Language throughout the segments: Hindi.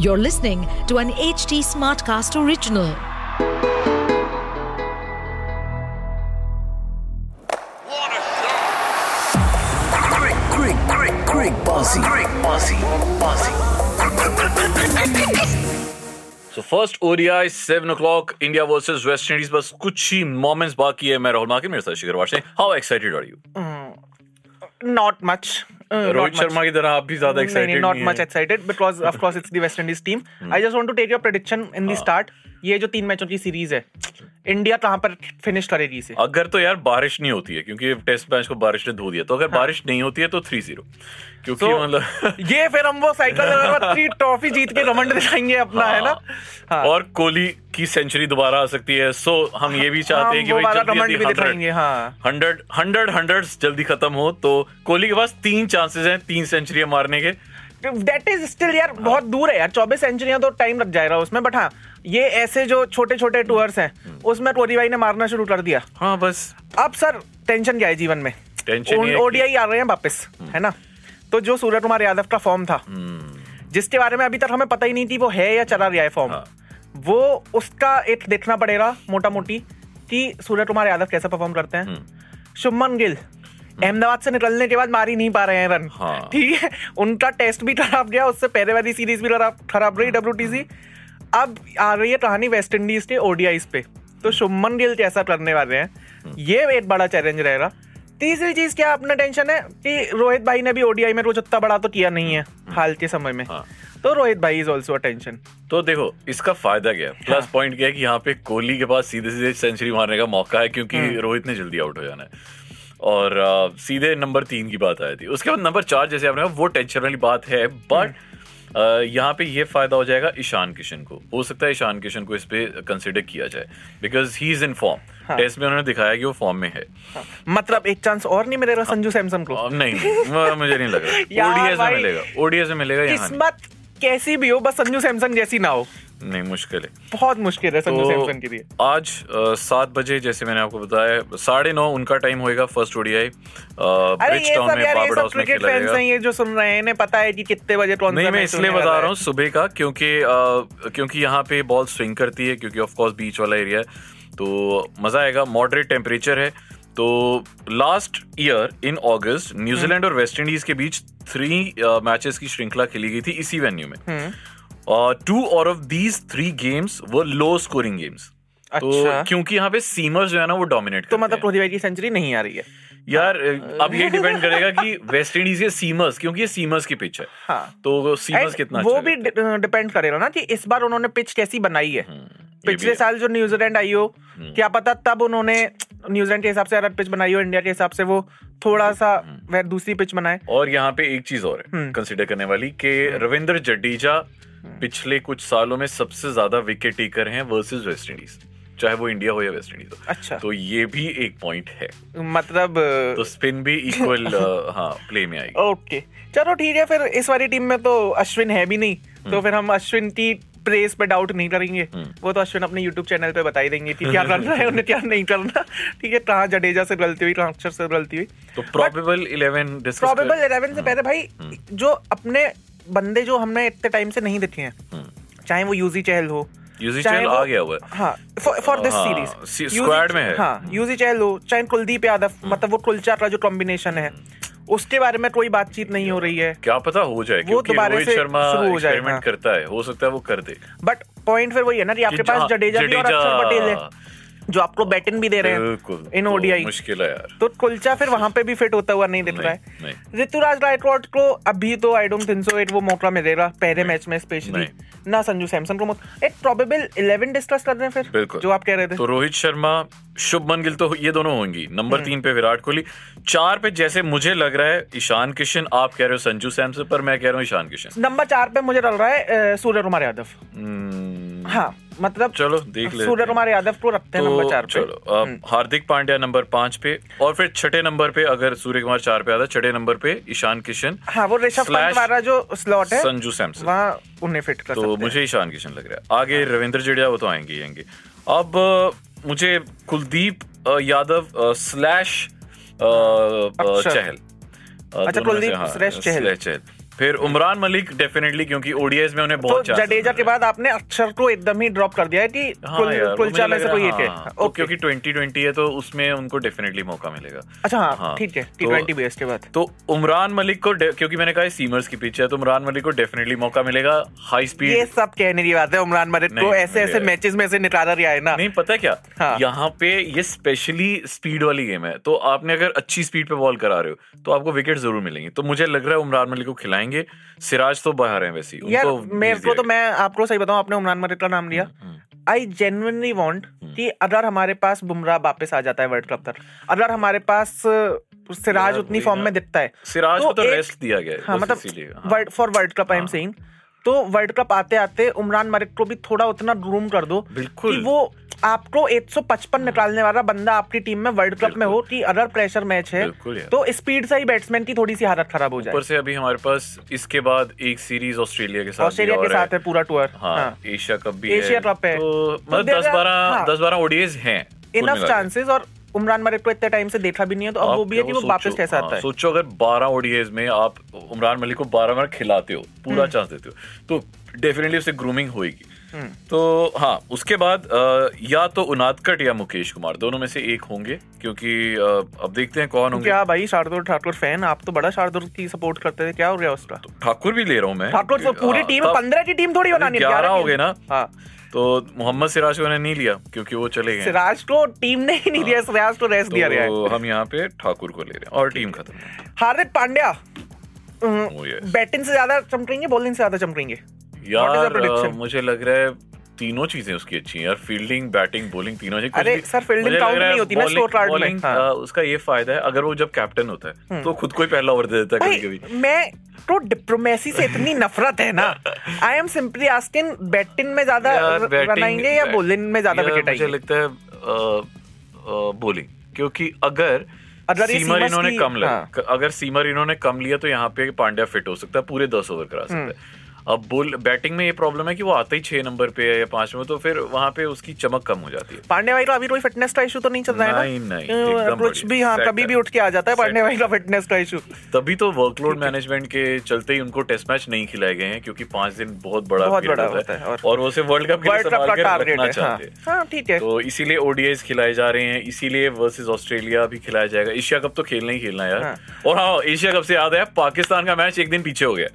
You're listening to an HT Smartcast original. What a shot! Greg, Greg, Greg, Greg Bossy. Greg Bossy. Bossy. So first ODI seven o'clock India versus West Indies बस कुछ ही मोमेंट्स बाकी है मैं राहुल मार्किन मेरे साथ शिखर वाशे how excited are you not much. Uh, Rohit not much. Sharma की तरह आप भी ज्यादा नहीं, नहीं, excited not much excited because of course it's the West Indies team. Hmm. I just want to take your prediction in the Ah. start. ये जो तीन मैचों की सीरीज है इंडिया कहाँ पर फिनिश करेगी इसे अगर तो यार बारिश नहीं होती है क्योंकि टेस्ट मैच को बारिश ने धो दिया तो अगर हाँ। बारिश नहीं होती है तो थ्री जीरो क्योंकि तो मतलब ये फिर हम वो साइकिल ट्रॉफी जीत के घमंड दिखाएंगे अपना है ना हाँ। Ah. और कोहली की सेंचुरी दोबारा आ सकती है सो हम ये भी चाहते हैं हम कि वो भाई वाला जल्दी घमंड हाँ, भी जल्दी दिखाएंगे, हाँ। हंड्रेड हंड्रेड हंड्रेड जल्दी खत्म हो तो कोहली के पास तीन चांसेस हैं तीन सेंचुरियां मारने के दैट इज स्टिल यार Ah. बहुत दूर है यार चौबीस सेंचुरियां तो टाइम लग जाएगा उसमें बट हाँ ये ऐसे जो छोटे छोटे टूअर्स Hmm. हैं उसमें कोहली भाई ने मारना शुरू कर दिया हाँ बस अब सर टेंशन क्या है जीवन में Tension ये है कि- हम्म। ओडीआई आ रहे हैं वापस है ना तो जो सूर्य कुमार यादव का फॉर्म था जिसके बारे में अभी तक हमें पता ही नहीं थी वो है या चला रहा है फॉर्म हम्म। हाँ। वो उसका एक देखना पड़ेगा मोटा मोटी कि सूर्य कुमार यादव कैसा परफॉर्म करते हैं हम्म। शुभमन गिल अहमदाबाद से निकलने के बाद मार ही नहीं पा रहे हैं रन हाँ। ठीक है उनका टेस्ट भी खराब गया उससे पहले वाली सीरीज भी खराब खराब रही डब्ल्यू अब आ रही है कहानी वेस्ट इंडीज के ओडीआईस पे तो शुभमन गिल कैसा करने वाले हम्म। हैं ये एक बड़ा चैलेंज रहेगा तीसरी चीज क्या अपना टेंशन है कि रोहित भाई ने भी ओडीआई में कुछ उतना बड़ा तो किया नहीं है हाल के समय में हम्म। हाँ। तो रोहित भाई इज ऑल्सो टेंशन तो देखो इसका फायदा क्या है हाँ। प्लस पॉइंट क्या है कि यहाँ पे कोहली के पास सीधे सीधे सेंचुरी मारने का मौका है क्योंकि हाँ। रोहित ने जल्दी आउट हो जाना है और अ, सीधे नंबर तीन की बात आई थी उसके बाद नंबर चार जैसे आपने कहा वो टेंशन वाली बात है हाँ। बट यहाँ पे ये फायदा हो जाएगा ईशान किशन को हो सकता है ईशान किशन को इस पे कंसिडर किया जाए because he is in form हाँ। टेस्ट में उन्होंने दिखाया कि वो फॉर्म में है मतलब एक चांस और नहीं मिलेगा संजू सैमसन को हाँ। और नहीं नहीं, मुझे नहीं लग रहा यार ओडीएस में भाई। मिलेगा ओडीएस में मिलेगा यहाँ नहीं। किस्मत कैसी भी हो बस संजू सैमसन जैसी ना हो नहीं मुश्किल है बहुत मुश्किल है संजू सैमसन के लिए तो आज अ, सात बजे जैसे मैंने आपको बताया साढ़े नौ उनका टाइम होएगा फर्स्ट ओडीआई अरे ये ब्रिजटाउन सब में यार ये बाबर सब हाउस में क्रिकेट खेला फैंस जाएगा हैं ये जो सुन रहे हैं इन्हें पता है कि कितने बजे कौन नहीं सा मैं match इसलिए होने बता वाला रहा है। हूँ सुबह का क्योंकि अ, क्योंकि यहाँ पे बॉल स्विंग करती है क्योंकि ऑफ कोर्स बीच वाला एरिया है तो मजा आएगा मॉडरेट टेम्परेचर है तो last year in August hmm. New Zealand और वेस्ट इंडीज के बीच थ्री मैचेस की श्रृंखला खेली गई थी इसी वेन्यू में हम्म। टू और of these three games were low scoring games अच्छा। तो क्योंकि यहाँ पे सीमर्स जो है ना वो डोमिनेट तो मतलब हाँ। कोहली भाई की सेंचुरी नहीं आ रही है यार अब ये डिपेंड करेगा कि वेस्ट इंडीज के सीमर्स क्योंकि ये सीमर्स की पिच है हाँ। तो सीमर्स And कितना वो अच्छा भी uh, खेलता है। डिपेंड करेगा ना कि इस बार उन्होंने पिच कैसी बनाई है हम्म, भी पिछले है। हम्म। साल जो न्यूजीलैंड आई हो क्या पता तब उन्होंने न्यूजीलैंड के हिसाब से अलग पिच बनाई हो इंडिया के हिसाब से वो थोड़ा सा हम्म। वह दूसरी पिच बनाए और यहाँ पे एक चीज और हम्म। है कंसिडर करने वाली कि रविंद्र जडेजा पिछले कुछ सालों में सबसे ज्यादा विकेट टेकर हैं वर्सेस वेस्ट इंडीज चाहे वो इंडिया हो या वेस्ट इंडीज हो अच्छा। तो ये भी एक पॉइंट है मतलब तो स्पिन भी इक्वल हाँ प्ले में आएगी ओके चलो ठीक है फिर इस वाली टीम में तो अश्विन है भी नहीं हम्म। तो फिर हम अश्विन की प्रेस पे डाउट नहीं करेंगे वो तो अश्विन अपने YouTube चैनल पे बता ही देंगे कि क्या करना है उन्हें क्या नहीं करना ठीक है कहाँ जडेजा से गलती हुई कहाँ अक्षर से गलती हुई तो प्रोबेबल इलेवन प्रोबेबल इलेवन हाँ। से पहले भाई हम्म। जो अपने बंदे जो हमने इतने टाइम से नहीं देखे हैं चाहे वो यूजी चहल हो यूजी चाहे चहल वो- हम्म। आ गया हुआ है। हाँ फॉर दिस हाँ, सीरीज सी- squad में है। हम्म। हाँ यूजी चहल हो चाहे कुलदीप यादव मतलब वो कुलचा का जो कॉम्बिनेशन है हम्म। उसके बारे में कोई बातचीत नहीं हो रही है क्या पता हो जाए क्योंकि दोबारा रोहित से शर्मा शुरू हो जाए, एक्सपेरिमेंट हाँ। करता है हो सकता है वो कर दे बट पॉइंट फिर वही है ना कि आपके कि पास हाँ, जडेजा भी और जडेजा। अक्षर पटेल है जो आपको बैटिंग भी दे रहे बिल्कुल हैं इन तो ओडीआई मुश्किल है यार तो कुलचा फिर वहां पे भी फिट होता हुआ नहीं दिख रहा है नहीं। ऋतुराज रायकोट को अभी तो I don't think so it वो मौका मिलेगा पहले मैच में स्पेशली नहीं। ना संजू सैमसन को मौका एक प्रोबेबल 11 डिस्कस कर रहे हैं फिर बिल्कुल जो आप कह रहे थे तो रोहित शर्मा शुभमन गिल तो ये दोनों होंगी हम्म। नंबर तीन पे विराट कोहली चार पे जैसे मुझे लग रहा है ईशान किशन आप कह रहे हो संजू सैमसन पर मैं कह रहा हूँ ईशान किशन नंबर चार पे मुझे डल रहा है अ, सूर्य कुमार यादव हम्म, हाँ मतलब चलो, देख लेते सूर्य हैं। कुमार यादव को रखते हैं नंबर चार तो पे हम्म। चलो अब हार्दिक पांड्या नंबर पांच पे और फिर छठे नंबर पे अगर सूर्य कुमार चार पे आता छठे नंबर पे ईशान किशन हाँ वो ऋषभ पंत slash वाला जो स्लॉट है संजू सैमसन वहाँ उन्हें फिट कर सकते तो हैं। मुझे ईशान किशन लग रहा है आगे रविंद्र जडेजा वो तो आएंगे ही आएंगे अब अ, मुझे कुलदीप अ, यादव अ, स्लैश अ, अ, अक्षर। चहल अ, अच्छा, दोनों में से, कुलदीप हाँ, स्लैश चहल। स्लैश चहल फिर उमरान मलिक डेफिनेटली क्योंकि ओडीएस में उन्हें तो बहुत chances जडेजा के मिल रहे हैं। बाद आपने अक्षर को एकदम ही ड्रॉप कर दिया है कि हाँ कुल- यार, वो कुलचा मुझे में लग से रहा कोई है, एक है हाँ, हाँ, ओके क्योंकि 2020 है तो उसमें उनको डेफिनेटली मौका मिलेगा अच्छा हाँ ठीक है टी तो- ट्वेंटी बेस के बाद तो उमरान मलिक को डे- क्योंकि मैंने कहा ये सीमर्स के पीछे है तो उमरान मलिक को डेफिनेटली मौका मिलेगा हाई ये स्पीड सब कहने की बात है उमरान मलिक नहीं, को ऐसे नहीं, ऐसे नहीं। मैचेस में से निकाला रहा है ना नहीं पता है क्या हाँ। यहाँ पे ये स्पेशली स्पीड वाली गेम है तो आपने अगर अच्छी स्पीड पे बॉल करा रहे हो तो आपको विकेट जरूर मिलेंगी तो मुझे लग रहा है उमरान मलिक को खिलाएंगे सिराज तो बाहर है वैसे ही, यार उनको भेज मेरे को दिया तो मैं आपको सही बताऊं आपने उमरान मलिक का नाम लिया हम्म, आई जेन्युइनली वांट कि अगर हमारे पास बुमराह वापस आ जाता है वर्ल्ड कप तक अगर हमारे पास अ, सिराज यार, उतनी वही फॉर्म ना। में दिखता है सिराज को तो एक- rest दिया गया है, हाँ बस इसीलिए, हाँ। मतलब for world cup I am हाँ। सेइंग तो वर्ल्ड कप आते आते उमरान मलिक को भी थोड़ा उतना ग्रूम कर दो बिल्कुल। हाँ। कि वो आपको 155 निकालने वाला बंदा आपकी टीम में वर्ल्ड कप में हो कि अगर प्रेशर मैच है बिल्कुल यार। तो स्पीड से ही बैट्समैन की थोड़ी सी हालत खराब हो ऊपर जाए से अभी हमारे पास इसके बाद एक सीरीज ऑस्ट्रेलिया के साथ भी ऑस्ट्रेलिया के और है। साथ है पूरा टूर हाँ एशिया कप भी एशिया कप है। तो तो मतलब there दस are- बारह हाँ। दस बारह ओडीएज हैं कुल इनफ मिला के। चांसेस और उमरान मलिक को इतने टाइम से देखा भी नहीं है तो अब आप वो भी है कि वो सोचो- वापस कैसा हाँ, आता है सोचो अगर 12 ओडीएज में आप उमरान मलिक को 12 बार खिलाते हो पूरा हम्म। चांस देते हो तो डेफिनेटली उससे ग्रूमिंग होगी तो हाँ उसके बाद अ, या तो उनादकट या मुकेश कुमार दोनों में से एक होंगे क्योंकि अ, अब देखते हैं कौन होंगे क्या भाई शार्दुल ठाकुर फैन आप तो बड़ा शार्दुल की सपोर्ट करते थे क्या हो गया उसका ठाकुर भी ले रहा हूँ मैं ठाकुर तो पूरी तो हाँ, टीम तब- पंद्रह की टीम थोड़ी बनानी है, ग्यारह 11 हो की। गए ना। हाँ तो मोहम्मद सिराज को ने नहीं लिया क्योंकि वो चले गए सिराज को टीम ने ही नहीं दिया सिराज को रेस्ट दिया गया है हाँ। तो हम यहाँ पे ठाकुर को ले रहे हैं और टीम खत्म है। Hardik Pandya Oh, yes. Batting से ज्यादा चमकेंगे बॉलिंग से ज्यादा चमकेंगे What is the यार prediction? अ, मुझे लग रहा है तीनों चीजें उसकी अच्छी हैं यार फील्डिंग बैटिंग बॉलिंग तीनों चीजें कुछ अरे भी- सर, fielding मुझे लग count रहा है नहीं होती ना bowling- score card में। bowling, हाँ। हम्म। अ, उसका ये फायदा है अगर वो जब कैप्टन होता है तो खुद को ही पहला ओवर दे देता है कभी भाई कभी मैं तो डिप्लोमेसी से इतनी नफरत है ना I am simply asking batting में ज्यादा रन आएंगे या बॉलिंग में ज्यादा विकेट मुझे आएंगे लगता है बॉलिंग क्योंकि अगर अगर ये सीमर seamers इन्होंने की- कम लिया हाँ। क- अगर सीमर इन्होंने कम लिया तो यहाँ पे पांड्या फिट हो सकता है पूरे दस ओवर करा सकता हम्म। है अब बोल बैटिंग में ये प्रॉब्लम है कि वो आते ही छह नंबर पे है या पांच में तो फिर वहां पे उसकी चमक कम हो जाती है पांडे भाई का अभी कोई फिटनेस का इशू तो नहीं चल रहा है ना नहीं, नहीं, अ, एकदम कुछ बढ़िया। भी हाँ Set कभी है। भी उठ के आ जाता है Set पांडे है। भाई का फिटनेस का इशू तभी तो वर्कलोड मैनेजमेंट के चलते ही उनको टेस्ट मैच नहीं खिलाए गए हैं क्योंकि पांच दिन बहुत बड़ा बहुत period बड़ा होता है होता है और- और वो सिर्फ वर्ल्ड कप के लिए तो वर्ल्ड कप संभाल का के टारगेट रखना है हाँ चाहते हैं हाँ, ठीक है तो इसीलिए ओडीआईज खिलाए जा रहे हैं इसीलिए वर्सेस ऑस्ट्रेलिया भी खिलाया जाएगा एशिया कप तो खेलना ही खेलना है यार हाँ। और हाँ एशिया कप से याद है पाकिस्तान का मैच एक दिन पीछे हो गया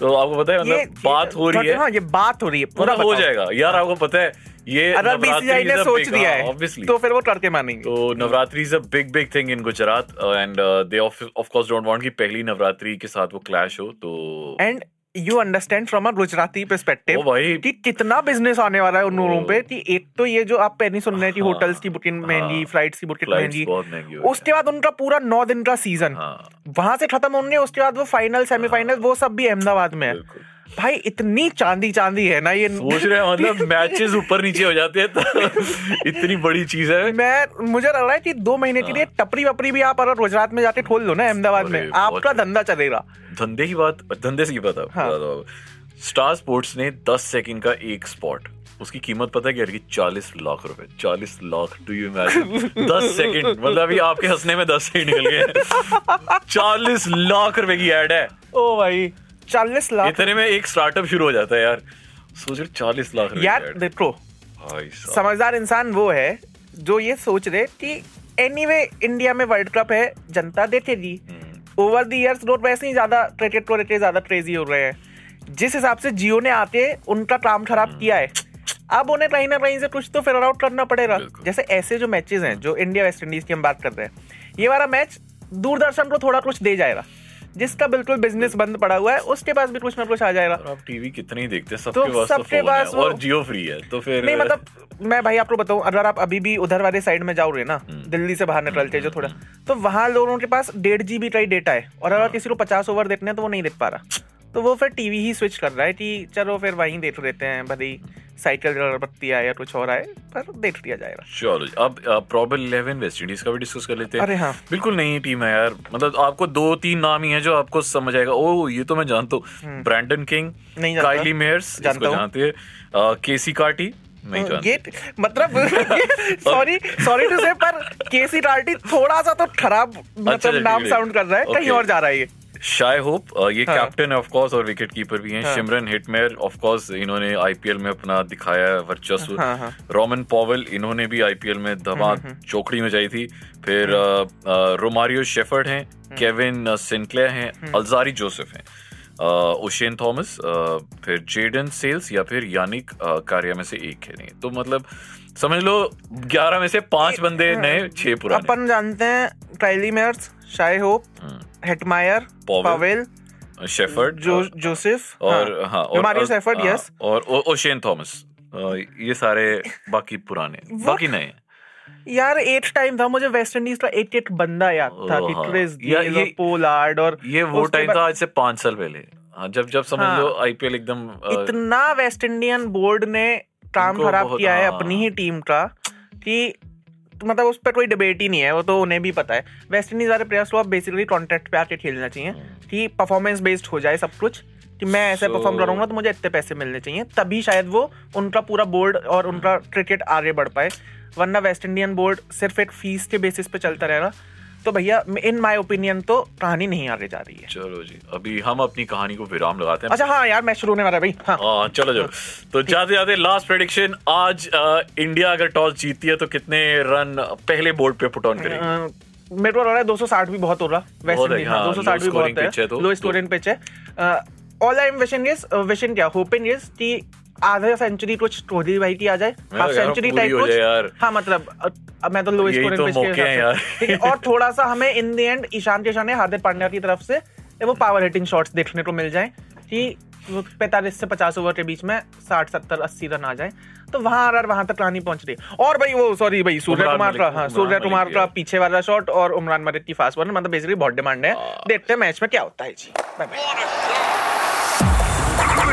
तो आपको पता है ये मतलब बात हो रही है हाँ ये बात हो रही है पूरा मतलब हो बताओ। जाएगा यार आपको पता है ये अगर बीसीआई ने सोच लिया है ऑब्वियसली तो फिर वो करके मानेंगे तो Navratri is a big big thing in Gujarat and they of course don't want कि पहली नवरात्रि के साथ वो क्लैश हो तो and you understand from a Gujarati O perspective भाई। कि कितना बिजनेस आने वाला है उन लोगों ओ। पे कि एक तो ये जो आप पहले सुन रहे हैं कि हाँ, होटल्स की बुकिंग महंगी हाँ, फ्लाइट्स की बुकिंग flights बहुत महंगी महंगी हो गई उसके बाद उनका पूरा नौ दिन का सीजन हाँ। वहां से खत्म होने उसके बाद वो फाइनल सेमीफाइनल वो सब भी अहमदाबाद में है बिल्कुल। भाई इतनी चांदी चांदी है ना ये सोच रहे हैं मतलब मैचेस ऊपर नीचे हो जाते हैं तो इतनी बड़ी चीज है मैं मुझे लग रहा है कि दो महीने के लिए टपरी वपरी भी आप अगर गुजरात में जाके खोल लो ना अहमदाबाद हाँ। अरे, में बहुत आपका धंधा चलेगा धंधे की बात धंधे से की बात आपको हाँ। बता दो आप। स्टार स्पोर्ट्स ने 10 सेकंड का एक स्पॉट उसकी कीमत पता है क्या रखी चालीस लाख रुपए चालीस लाख टू यू इमेजिन दस सेकंड मतलब अभी आपके हंसने में दस सेकंड निकल गए चालीस लाख रुपए की एड है ओ भाई चालीस लाख इतने में एक स्टार्टअप शुरू हो जाता है यार सोच रहे चालीस लाख रुपए यार की ad। देखो भाई साहब। समझदार इंसान वो है जो ये सोच रहे कि एनीवे इंडिया में वर्ल्ड कप है जनता देखेगी ओवर द इयर्स लोग वैसे ही ज्यादा क्रिकेट को लेके ज्यादा क्रेजी हो रहे हैं जिस हिसाब से जियो ने आके उनका काम खराब किया है अब उन्हें कहीं ना कहीं से कुछ तो फिगर आउट करना पड़ेगा बिल्कुल। जैसे ऐसे जो मैचेस हैं जो इंडिया वेस्ट इंडीज की हम बात कर रहे हैं ये वाला मैच दूरदर्शन को थोड़ा कुछ दे जाएगा जिसका बिल्कुल बिजनेस बंद पड़ा हुआ है उसके पास भी कुछ ना कुछ आ जाएगा और आप टीवी कितने ही देखते हैं तो सबके पास तो सबके फोन है पास वो- और जियो फ्री है तो फिर नहीं मतलब मैं भाई आपको बताऊं अगर आप अभी भी उधर वाले साइड में जाओ रहे ना हम्म। दिल्ली से बाहर निकलते जो थोड़ा तो वहां लोगों के पास डेढ़ जीबी का ही डेटा है और हाँ। अगर किसी को पचास ओवर देखने हैं तो वो नहीं देख पा रहा तो वो फिर टीवी ही स्विच कर रहा है कि चलो फिर वहीं देख लेते हैं भले ही साइकिल अगरबत्ती आए या कुछ और आए पर देख लिया जाएगा चलो अब प्रॉबल इलेवन वेस्ट इंडीज का भी डिस्कस कर लेते हैं अरे हाँ। बिल्कुल नई टीम है यार मतलब आपको दो तीन नाम ही है जो आपको समझ आएगा ओ ये तो मैं जानता हूँ ब्रैंडन किंग हम्म। नहीं जानता। काइली मेयर्स जानता इसको हूँ। जानते हैं केसी कार्टी नहीं तो जानते तो ये मतलब सॉरी सॉरी टू से पर केसी राल्टी थोड़ा सा तो खराब मतलब अच्छा, नाम ठीक है। साउंड कर रहा है कहीं Okay. और जा रहा है ये शाय होप अ, uh, ये हाँ। कैप्टन ऑफ कोर्स और विकेट कीपर भी हैं शिमरन हिटमेयर ऑफ कोर्स इन्होंने आईपीएल में अपना दिखाया है वर्चस्व हाँ, हम्म, हाँ। रोमन पॉवल इन्होंने भी आईपीएल में धमाक चौकड़ी में जाई थी फिर हम्म। uh, रोमारियो शेफर्ड हैं केविन सिंक्लेयर हैं हम्म। अल्जारी जोसेफ हैं Uh, अ, ओशेन थॉमस अ, uh, फिर जेडन सेल्स या फिर यानिक अ, कार्या में से एक खेलेंगे तो मतलब समझ लो 11 में से पांच बंदे नए छह पुराने हाँ। अपन जानते हैं ट्राइली मेयर्स शाय होप हम्म। हेटमायर पॉवेल, पवेल शेफर्ड जो अ, जोसेफ और हाँ और मारियो और- सेफर्ड हाँ, यस और ओ- ओशेन थॉमस अ, ये सारे बाकी पुराने बाकी नए यार एट टाइम था मुझे वेस्ट इंडीज का एक एक बंदा याद था ओ, हाँ। टिटरेस या- ये- पोलार्ड और ये वो उसके टाइम बाद- था आज से पांच साल पहले हाँ, जब जब समझ हाँ। लो आईपीएल एकदम अ, इतना वेस्ट इंडियन बोर्ड ने काम उनको खराब बहुत- किया है हाँ। अपनी ही टीम का कि मतलब उस पर कोई डिबेट ही नहीं है वो तो उन्हें भी पता है वेस्ट इंडीज वाले प्लेयर्स को अब बेसिकली कॉन्ट्रैक्ट पे आके खेलना चाहिए कि परफॉर्मेंस बेस्ड हो जाए सब कुछ कि मैं ऐसे हाँ। So- परफॉर्म करूंगा तो मुझे इतने पैसे मिलने चाहिए तभी शायद वो उनका पूरा बोर्ड और उनका क्रिकेट आगे बढ़ पाए वरना वेस्ट इंडियन बोर्ड सिर्फ एक फीस के बेसिस पे चलता रहेगा तो भैया इन माई ओपिनियन तो कहानी नहीं आगे जा रही है चलो जी अभी हम अपनी कहानी को विराम लगाते हैं अच्छा हाँ यार मैच शुरू होने वाला है भाई हाँ हाँ चलो चलो तो जाते जाते लास्ट प्रेडिक्शन आज अ, इंडिया अगर टॉस जीतती है तो कितने रन पहले बोर्ड पे पुट ऑन करेगी अ, मेरे को लग रहा है 260 भी बहुत हो रहा वैसे बहुत है, भी हाँ, हाँ, 260 भी low बहुत scoring pitch है है तो- लो तो- स्कोरिंग पिच है all I am wishing is wishing क्या होपिंग इज कि आधा सेंचुरी कुछ कोहली भाई की आ जाए मैं तो हाफ कह रहा हूँ सेंचुरी पूरी टाइप हो कुछ जाए यार। हाँ मतलब अ, अब मैं तो लो यही स्कोरिंग तो पिच के मौके हैं हिसाब यार। से- ठीक है, और थोड़ा सा हमें in the end Ishan Kishan या हार्दिक पांड्या की तरफ से वो पावर हिटिंग शॉट्स देखने को मिल जाए कि पैंतालीस से पचास ओवर के बीच में साठ सत्तर अस्सी रन आ जाए तो वहां अगर वहां तक कहानी पहुंच रही है और भाई वो सॉरी भाई सूर्य उमरान कुमार मलिक- का हाँ उमरान सूर्य मलिक कुमार की का है। पीछे वाला शॉट और उमरान मलिक की फास्ट बॉल मतलब बेसिकली बहुत डिमांड है हाँ। देखते हैं मैच में क्या होता है जी bye bye What a shot!